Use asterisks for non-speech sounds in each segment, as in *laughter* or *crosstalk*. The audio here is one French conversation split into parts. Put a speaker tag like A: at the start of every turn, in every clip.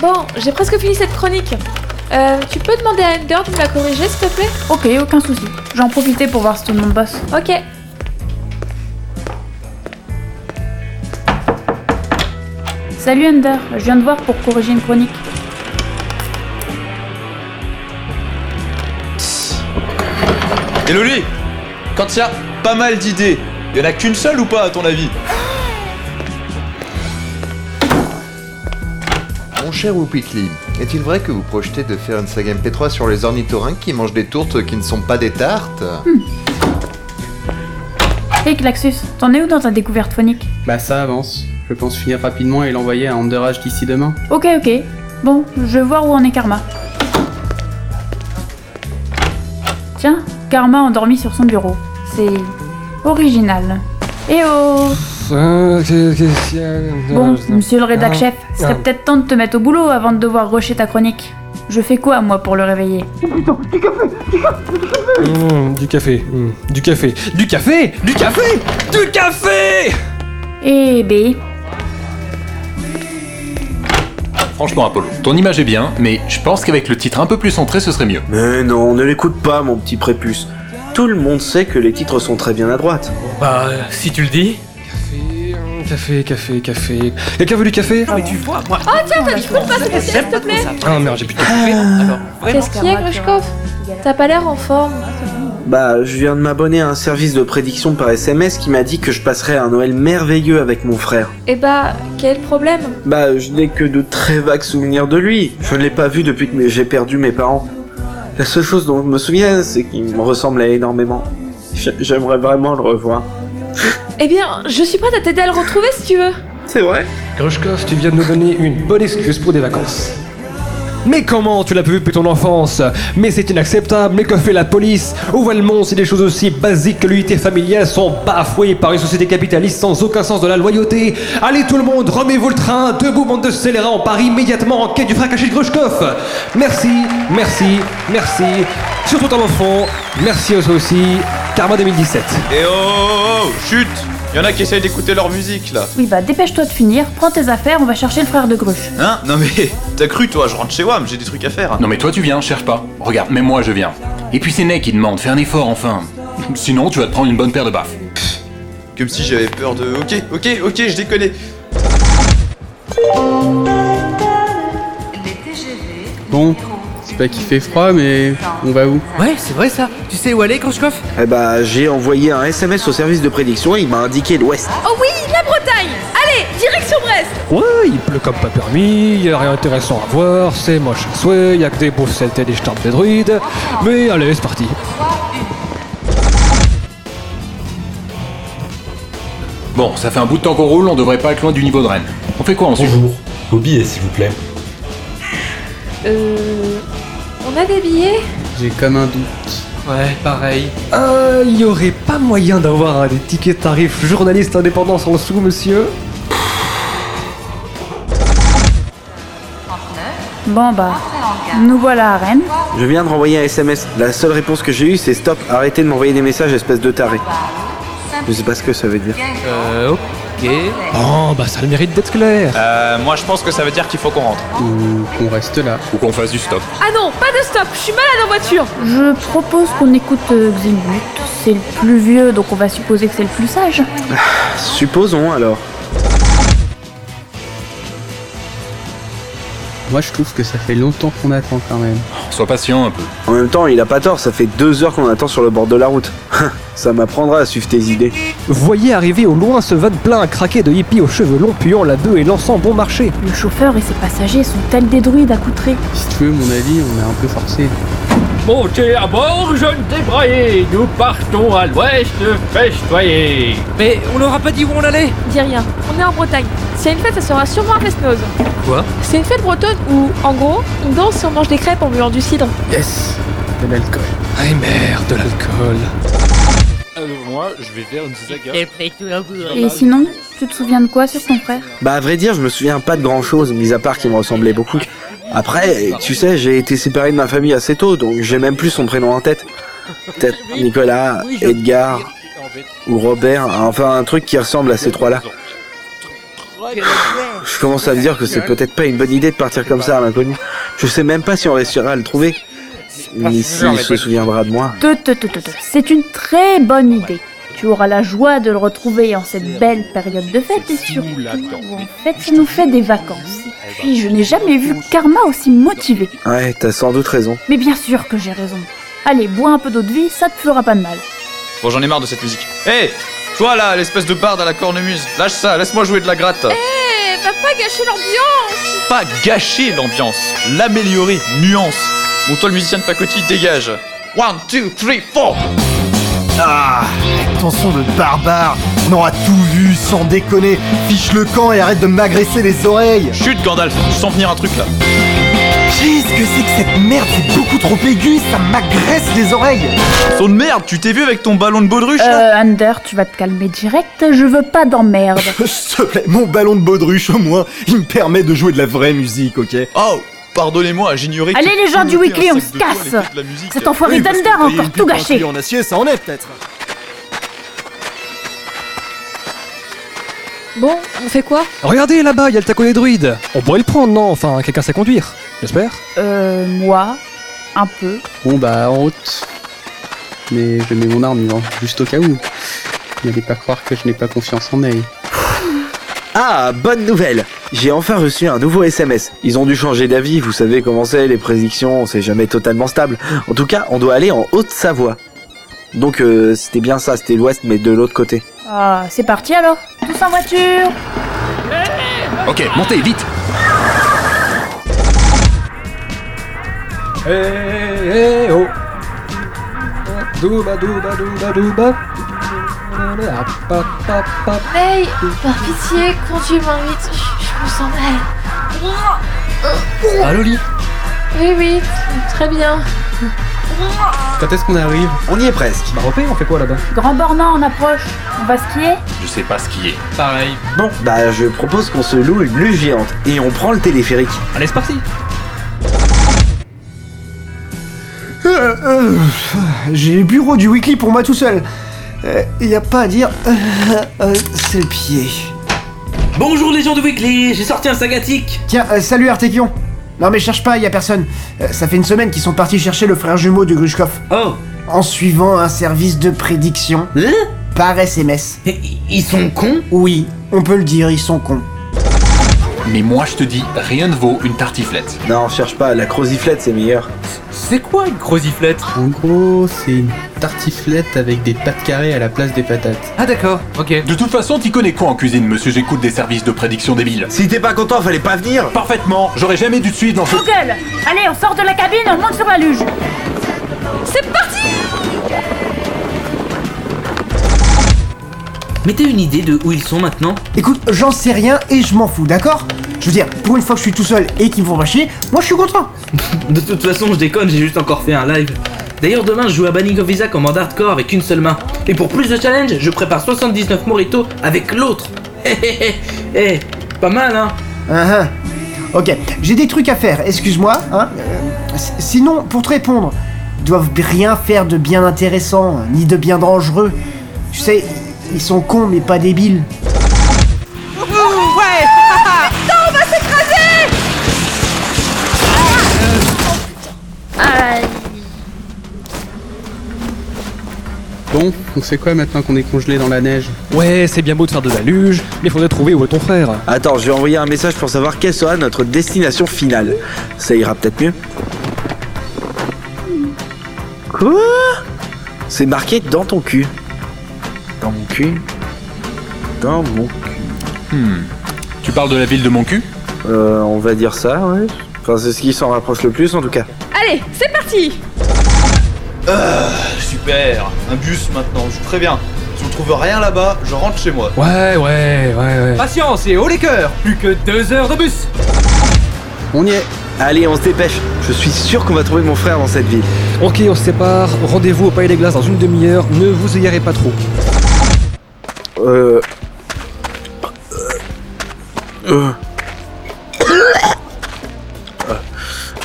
A: Bon, j'ai presque fini cette chronique. Euh, tu peux demander à Ender de me la corriger, s'il te plaît
B: Ok, aucun souci. J'en profitais pour voir si tout le monde bosse.
A: Ok.
B: Salut Under, je viens de voir pour corriger une chronique.
C: Et Loli, quand il y a pas mal d'idées, il y en a qu'une seule ou pas à ton avis
D: Mon cher Wupitli, est-il vrai que vous projetez de faire une saga MP3 sur les ornithorynques qui mangent des tourtes qui ne sont pas des tartes
E: Hmm.
B: Hé Klaxus, t'en es où dans ta découverte phonique
F: Bah ça avance. Je pense finir rapidement et l'envoyer à Underage d'ici demain.
B: Ok, ok. Bon, je vais voir où en est Karma. Tiens, Karma endormi sur son bureau. C'est original. Eh oh
G: Hein,
B: Bon,
G: Bon,
B: monsieur le rédac chef,
G: Ah.
B: serait peut-être temps de te mettre au boulot avant de devoir rusher ta chronique. Je fais quoi, moi, pour le réveiller
G: du café, mm, du café, du café, du café, du café
B: Eh bé.
H: Franchement, Apollo, ton image est bien, mais je pense qu'avec le titre un peu plus centré, ce serait mieux.
I: Mais non, ne l'écoute pas, mon petit prépuce. Tout le monde sait que les titres sont très bien à droite.
J: Bah, euh, si tu le dis.
G: Café, mm, Café, café, café. Quelqu'un veut du café
J: Ah, mais tu vois, moi.
A: Ah, Tiens, t'as dit qu'on passe au s'il te plaît
G: Ah merde, j'ai plus de café.
J: Alors, vraiment.
A: Qu'est-ce qu'il y a, Grushkov T'as pas l'air en forme.
I: Bah, je viens de m'abonner à un service de prédiction par SMS qui m'a dit que je passerais un Noël merveilleux avec mon frère.
A: Eh bah, quel problème
I: Bah, je n'ai que de très vagues souvenirs de lui. Je ne l'ai pas vu depuis que j'ai perdu mes parents. La seule chose dont je me souviens, c'est qu'il me ressemblait énormément. J- J'aimerais vraiment le revoir.
A: Eh bien, je suis prête à t'aider à le retrouver si tu veux.
I: C'est vrai
G: Grushkov, tu viens de nous donner une bonne excuse pour des vacances. Mais comment tu l'as vu depuis ton enfance Mais c'est inacceptable, mais que fait la police Où va le monde si des choses aussi basiques que l'unité familiale sont bafouées par une société capitaliste sans aucun sens de la loyauté Allez tout le monde, remuez-vous le train, debout bande de scélérats, on part immédiatement en quête du frère caché de Grushkov Merci, merci, merci, surtout ton enfant, merci à toi aussi, Karma 2017.
C: Et oh, oh, oh, chut Il y en a qui essayent d'écouter leur musique là.
B: Oui, bah, dépêche-toi de finir, prends tes affaires, on va chercher le frère de Grush.
C: Hein Non mais, *laughs* t'as cru toi, je rentre chez WAM, j'ai des trucs à faire.
H: Non mais toi, tu viens, cherche pas. Regarde, même moi, je viens. Et puis c'est Ney qui demande, fais un effort enfin. *laughs* Sinon, tu vas te prendre une bonne paire de baffes.
C: Comme si j'avais peur de... Ok, ok, ok, je déconne.
F: Bon, c'est pas qu'il fait froid, mais on va où
J: Ouais, c'est vrai ça. Tu sais où aller, Grushkov
I: Eh bah, j'ai envoyé un SMS au service de prédiction et il m'a indiqué l'ouest.
A: Oh oui, la Bretagne Allez, direction Brest
G: Ouais, il pleut comme pas permis, il y a rien d'intéressant à voir, c'est moche à souhait, il y a que des beaux celtes et des starbes de druides. Mais allez, c'est parti.
H: Bon, ça fait un bout de temps qu'on roule, on devrait pas être loin du niveau de Rennes. On fait quoi ensuite
K: Bonjour, vos billets s'il vous plaît.
A: Euh. On a des billets
F: J'ai comme un doute. Ouais, pareil.
G: Euh, il y aurait pas moyen d'avoir hein, des tickets tarifs journalistes indépendants sans sous, monsieur
B: Bon, bah, nous voilà à Rennes.
I: Je viens de renvoyer un SMS. La seule réponse que j'ai eue, c'est stop, arrêtez de m'envoyer des messages, espèce de taré. Je sais pas ce que ça veut dire.
J: Euh, ok.
G: Oh, bah ça a le mérite d'être clair.
C: Euh, moi je pense que ça veut dire qu'il faut qu'on rentre.
F: Ou qu'on reste là.
H: Ou qu'on fasse du stop.
A: Ah non, pas de stop, je suis malade en voiture
B: Je propose qu'on écoute euh, Xingu. C'est le plus vieux, donc on va supposer que c'est le plus sage.
I: Supposons alors.
F: Moi, je trouve que ça fait longtemps qu'on attend quand même.
H: Sois patient un peu.
I: En même temps, il a pas tort, ça fait deux heures qu'on attend sur le bord de la route. *laughs* ça m'apprendra à suivre tes idées.
G: Voyez arriver au loin ce van plein à craquer de hippies aux cheveux longs puant la bœuf et lançant bon marché.
B: Le chauffeur et ses passagers sont tels des druides accoutrés.
F: Si tu veux, mon avis, on est un peu forcé.
J: Montez à bord, jeunes débraillés Nous partons à l'ouest festoyer Mais on leur a pas dit où on allait
A: Dis rien, on est en Bretagne. S'il y a une fête, ça sera sûrement à Festnoz.
J: Quoi
A: C'est une fête bretonne où, en gros, on danse et on mange des crêpes en buvant du cidre.
F: Yes De l'alcool.
G: Ay merde, de l'alcool.
K: Euh, moi, je vais faire une saga.
B: Et sinon, tu te souviens de quoi sur ton frère
I: Bah, à vrai dire, je me souviens pas de grand chose, mis à part qu'il me ressemblait beaucoup. Après, tu sais, j'ai été séparé de ma famille assez tôt, donc j'ai même plus son prénom en tête. Peut-être Nicolas, Edgar ou Robert, enfin un truc qui ressemble à ces trois-là. Je commence à me dire que c'est peut-être pas une bonne idée de partir comme ça à l'inconnu. Je sais même pas si on réussira à le trouver. Ni s'il se souviendra de moi.
B: Te, te, te, te, te. C'est une très bonne idée. Tu auras la joie de le retrouver en cette belle période de fête et surtout où en fait ça nous fait des vacances. Et puis je n'ai jamais vu Karma aussi motivé.
I: Ouais, t'as sans doute raison.
B: Mais bien sûr que j'ai raison. Allez, bois un peu d'eau de vie, ça te fera pas de mal.
C: Bon, j'en ai marre de cette musique. Hé Toi là, l'espèce de barde à la cornemuse, lâche ça, laisse-moi jouer de la gratte.
A: Eh, va pas gâcher l'ambiance
C: Pas gâcher l'ambiance, l'améliorer, nuance. Mon toi le musicien de pacotille, dégage. One, two, three, four
E: Ah Ton son de barbare On aura tout vu, sans déconner Fiche le camp et arrête de m'agresser les oreilles
C: Chut, Gandalf, je sens venir un truc là.
E: Qu'est-ce que c'est que cette merde C'est beaucoup trop aigu, ça m'agresse les oreilles
C: Son de merde, tu t'es vu avec ton ballon de baudruche là
B: Euh, Under, tu vas te calmer direct, je veux pas d'emmerde.
E: Euh, S'il te plaît, mon ballon de baudruche au moins, il me permet de jouer de la vraie musique, ok
C: Oh Pardonnez-moi, j'ignorais que-
B: Allez les gens du Weekly, on se casse Cet enfoiré
E: Oui, parce que
B: d'Under a
E: tailler
B: encore
E: une
B: tout
E: pipe à un
B: gâché
E: tuyau en acier, ça en est peut-être
A: Bon, on fait quoi
G: Regardez là-bas, il y a le taco des druides. On pourrait le prendre, non Enfin, quelqu'un sait conduire, j'espère.
B: Euh, moi, un peu.
F: Bon bah en route. Mais je mets mon armure, hein, juste au cas où. N'allez pas croire que je n'ai pas confiance en elle.
I: Ah, bonne nouvelle J'ai enfin reçu un nouveau SMS. Ils ont dû changer d'avis, vous savez comment c'est, les prédictions, c'est jamais totalement stable. En tout cas, on doit aller en Haute-Savoie. Donc euh, c'était bien ça, c'était l'ouest mais de l'autre côté.
B: Ah, c'est parti alors Tous en voiture
H: Ok, montez, vite
G: Eh eh oh Douba douba douba douba Ah, pa, pa, pa.
A: Hey, par pitié, conduis-moi vite, je, je me sens mal.
F: Allô Loli
A: Oui, oui, très bien.
F: Quand est-ce qu'on arrive
I: On y est presque.
G: Bah repère, on fait quoi là-bas
B: Grand Bornand en approche, on va skier
H: Je sais pas ce qui est.
F: Pareil.
I: Bon, bah je propose qu'on se loue une luge géante et on prend le téléphérique.
G: Allez, c'est parti
E: Euh, euh, J'ai les bureaux du weekly pour moi tout seul Euh, y a pas à dire... euh, euh, c'est le pied...
L: Bonjour les gens de Weekly, j'ai sorti un sagatique.
E: Tiens, euh, salut Artekion Non mais cherche pas, y a personne. Euh, ça fait une semaine qu'ils sont partis chercher le frère jumeau de Grushkov.
L: Oh Hein?
E: En suivant un service de prédiction. Par SMS.
L: ils sont cons
E: Oui, on peut le dire, ils sont cons.
H: Mais moi, je te dis, rien ne vaut une tartiflette.
I: Non, cherche pas, la croziflette c'est meilleur.
F: C'est quoi une croziflette En gros, c'est une tartiflette avec des pâtes carrées à la place des patates.
H: Ah d'accord, ok. De toute façon, t'y connais quoi en cuisine, monsieur J'écoute des services de prédiction débiles.
I: Si t'es pas content, fallait pas venir
H: Parfaitement, j'aurais jamais dû te suivre dans ce...
B: Google Allez, on sort de la cabine, on monte sur la luge C'est parti
L: Mais t'as une idée de où ils sont maintenant
E: Écoute, j'en sais rien et je m'en fous, d'accord Je veux dire, pour une fois que je suis tout seul et qu'ils me font pas chier, moi je suis content
L: *laughs* De toute façon, je déconne, j'ai juste encore fait un live. D'ailleurs, demain, je joue à Banning of Isaac en mode hardcore avec une seule main. Et pour plus de challenge, je prépare 79 moritos avec l'autre. Hé hé hé hé, pas mal hein
E: Hein, hein. Ok, j'ai des trucs à faire, excuse-moi. Hein Euh, s- sinon, pour te répondre, ils doivent rien faire de bien intéressant, ni de bien dangereux. Tu sais, ils sont cons mais pas débiles.
M: Ouais Putain, on va s'écraser
A: Aïe.
F: Bon, on sait quoi maintenant qu'on est congelé dans la neige
G: Ouais, c'est bien beau de faire de la luge, mais faudrait trouver où est ton frère.
I: Attends, je vais envoyer un message pour savoir quelle sera notre destination finale. Ça ira peut-être mieux. Quoi C'est marqué dans ton cul. Dans mon cul Dans mon
H: Hmm. Tu parles de la ville de mon cul
I: Euh, on va dire ça, ouais. Enfin, c'est ce qui s'en rapproche le plus en tout cas.
A: Allez, c'est parti
C: Super Un bus maintenant, je vous préviens. Si on trouve rien là-bas, je rentre chez moi.
G: Ouais, ouais, ouais, ouais.
F: Patience et haut les cœurs Plus que deux heures de bus
I: On y est Allez, on se dépêche. Je suis sûr qu'on va trouver mon frère dans cette ville.
G: Ok, on se sépare, rendez-vous au Palais des Glaces dans une demi-heure, ne vous égarez pas trop.
I: Euh. Euh. Ah,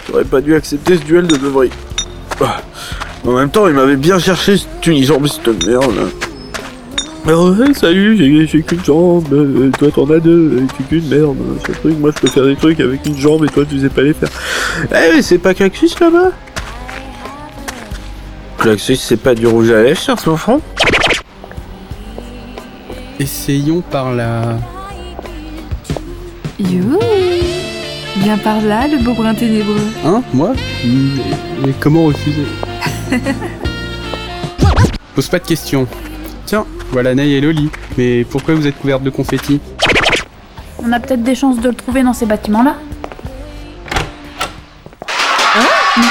I: J'aurais pas dû accepter ce duel de Devry. Ah, En même temps, il m'avait bien cherché ce uniforme, cette
N: Alors,
I: merde.
N: Oh, hey, salut, j'ai- j'ai qu'une jambe, euh, toi t'en as deux, et tu qu'une merde, euh, ce truc, moi je peux faire des trucs avec une jambe et toi tu sais pas les faire. Eh mais c'est pas Cactus là-bas
I: Claxus, c'est pas du rouge à lèvres sur son front
F: Essayons par la...
O: Yo Viens par là, le beau brin ténébreux.
F: Hein Moi mais, mais comment refuser Pose pas de questions. Tiens, voilà Ney et Loli. Mais pourquoi vous êtes couvertes de confettis
B: On a peut-être des chances de le trouver dans ces bâtiments-là.
A: Hein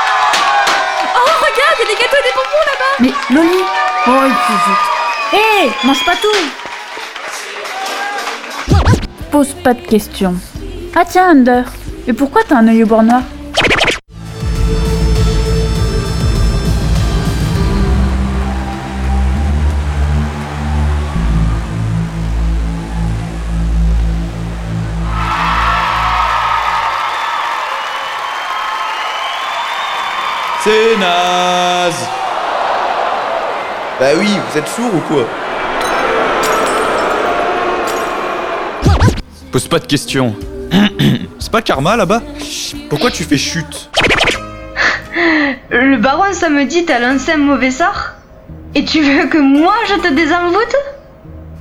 A: Oh, regarde, il y a des gâteaux et des bonbons là-bas
B: Mais Loli Oh, il faut vite. Hé Mange pas tout Pose pas de questions. Ah tiens, Under, mais pourquoi t'as un œil au bord noir
C: C'est naze Bah oui, vous êtes sourd ou quoi Pose pas de questions. C'est pas Karma là-bas Pourquoi tu fais chute
P: Le baron samedi t'a lancé un mauvais sort Et tu veux que moi je te désenvoûte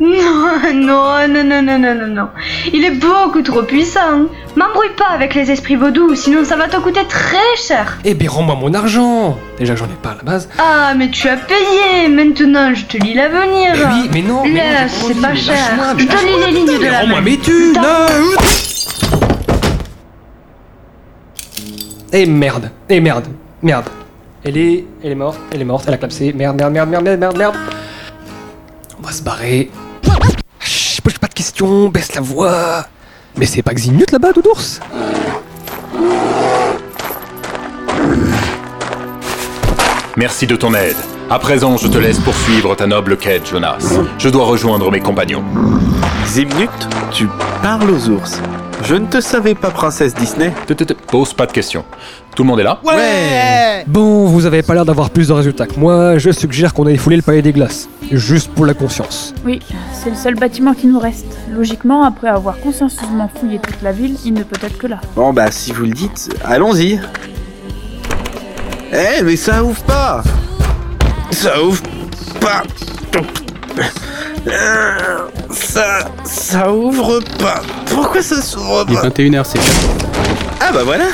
P: Non, non, non, non, non, non, non, non. Il est beaucoup trop puissant. M'embrouille pas avec les esprits vaudous, sinon ça va te coûter très cher.
G: Eh bien, rends-moi mon argent Déjà que j'en ai pas à la base.
P: Ah, mais tu as payé. Maintenant, je te lis l'avenir.
G: Mais Eh oui, mais non, mais non,
P: Ah,
G: j'ai pas
P: Là, c'est
G: envie,
P: pas
G: mais
P: cher.
G: lâche-moi, mais
P: Je te lis
G: lâche-moi,
P: les lignes de
G: putain, mais
P: la
G: rends-moi
P: main.
G: mes thunes,
P: Attends.
G: là. Eh merde Eh merde Merde Elle est... Elle est morte, elle est morte, elle a clapsé. Merde, merde, merde, merde, merde, merde, merde On va se barrer. Chut, pose pas de questions, baisse la voix Mais c'est pas Xignut là-bas, Doudours
H: Merci de ton aide. À présent, je te laisse poursuivre ta noble quête, Jonas. Je dois rejoindre mes compagnons.
I: Zimnut, tu parles aux ours. Je ne te savais pas princesse Disney.
H: Pose pas de questions. Tout le monde est là
G: Bon, vous avez pas l'air d'avoir plus de résultats que moi, je suggère qu'on aille fouler le palais des glaces. Juste pour la conscience.
B: Oui, c'est le seul bâtiment qui nous reste. Logiquement, après avoir consciencieusement fouillé toute la ville, il ne peut être que là.
I: Bon bah si vous le dites, allons-y. Eh mais ça ouvre pas Ça ouvre pas Euh, Ça... ça ouvre pas Pourquoi ça s'ouvre
F: Il est
I: pas
F: 21h, c'est fermé.
I: Ah bah voilà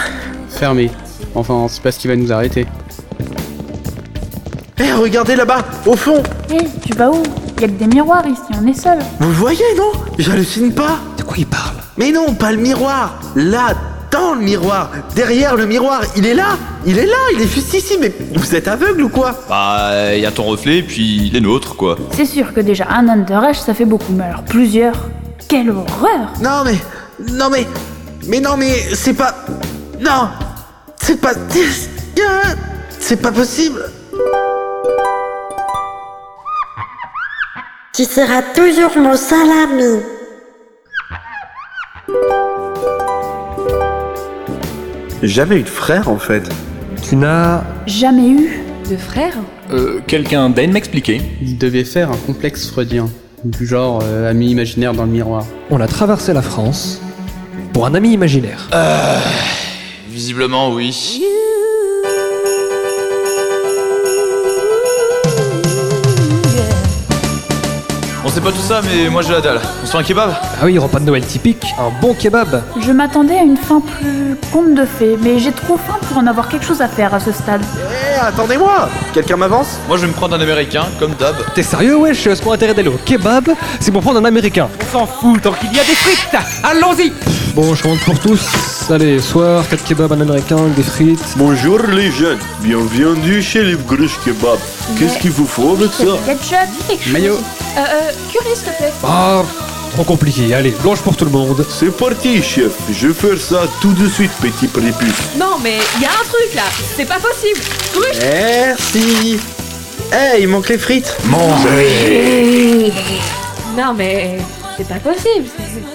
F: fermé. Enfin, c'est pas ce qui va nous arrêter.
I: Eh regardez là-bas, au fond
B: Hé, tu vas où Il y a que des miroirs ici, on est seul.
I: Vous le voyez, non J'hallucine pas De quoi il parle Mais non, pas le miroir Là, dans le miroir Derrière le miroir Il est là Il est là Il est juste ici Mais vous êtes aveugle ou quoi
C: Bah, y a ton reflet, puis les nôtres, quoi.
B: C'est sûr que déjà un underage, ça fait beaucoup, mais alors plusieurs Quelle horreur
I: Non mais... Non mais... Mais non mais... C'est pas... Non C'est pas... C'est pas possible
Q: Tu seras toujours mon seul ami.
I: Jamais eu de frère en fait.
G: Tu n'as...
B: Jamais eu
A: de frère
H: Euh, quelqu'un daigne m'expliquer
F: Il devait faire un complexe freudien. Du genre euh, ami imaginaire dans le miroir.
G: On a traversé la France pour un ami imaginaire.
C: Euh, visiblement, oui. On sait pas tout ça, mais moi j'ai la dalle. On se fait un kebab
G: Ah oui, repas de Noël typique, un bon kebab
B: Je m'attendais à une fin plus conte de fées, mais j'ai trop faim pour en avoir quelque chose à faire à ce stade.
I: Eh, attendez-moi Quelqu'un m'avance
C: Moi je vais me prendre un américain, comme d'hab.
G: T'es sérieux, wesh Ce qu'on a intérêt d'aller au kebab, c'est pour prendre un américain.
J: On s'en fout tant qu'il y a des frites Allons-y
G: Bon, je rentre pour tous. Allez, soir, 4 kebabs, un américain, avec des frites.
N: Bonjour les jeunes, bienvenue chez les Grush Kebab. Qu'est-ce qu'il vous faut avec ça
A: Ketchup, dis quelque chose.
G: Mayo.
A: Euh, euh, curry, s'il te plaît.
G: Ah, trop compliqué. Allez, blanche pour tout le monde.
N: C'est parti chef, je vais faire ça tout de suite petit prépuce.
M: Non, mais il y a un truc là, c'est pas possible. Cruche
I: Merci Eh, il manque les frites
H: Manger
A: Non, mais c'est pas possible. c'est-